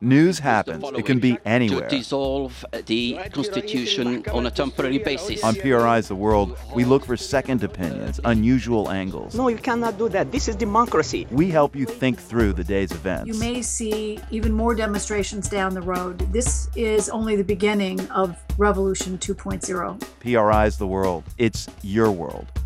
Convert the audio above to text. News happens. It can be anywhere. to dissolve the constitution on a temporary basis. On PRI's The World, we look for second opinions, unusual angles. No, you cannot do that. This is democracy. We help you think through the day's events. You may see even more demonstrations down the road. This is only the beginning of Revolution 2.0. PRI's The World. It's your world.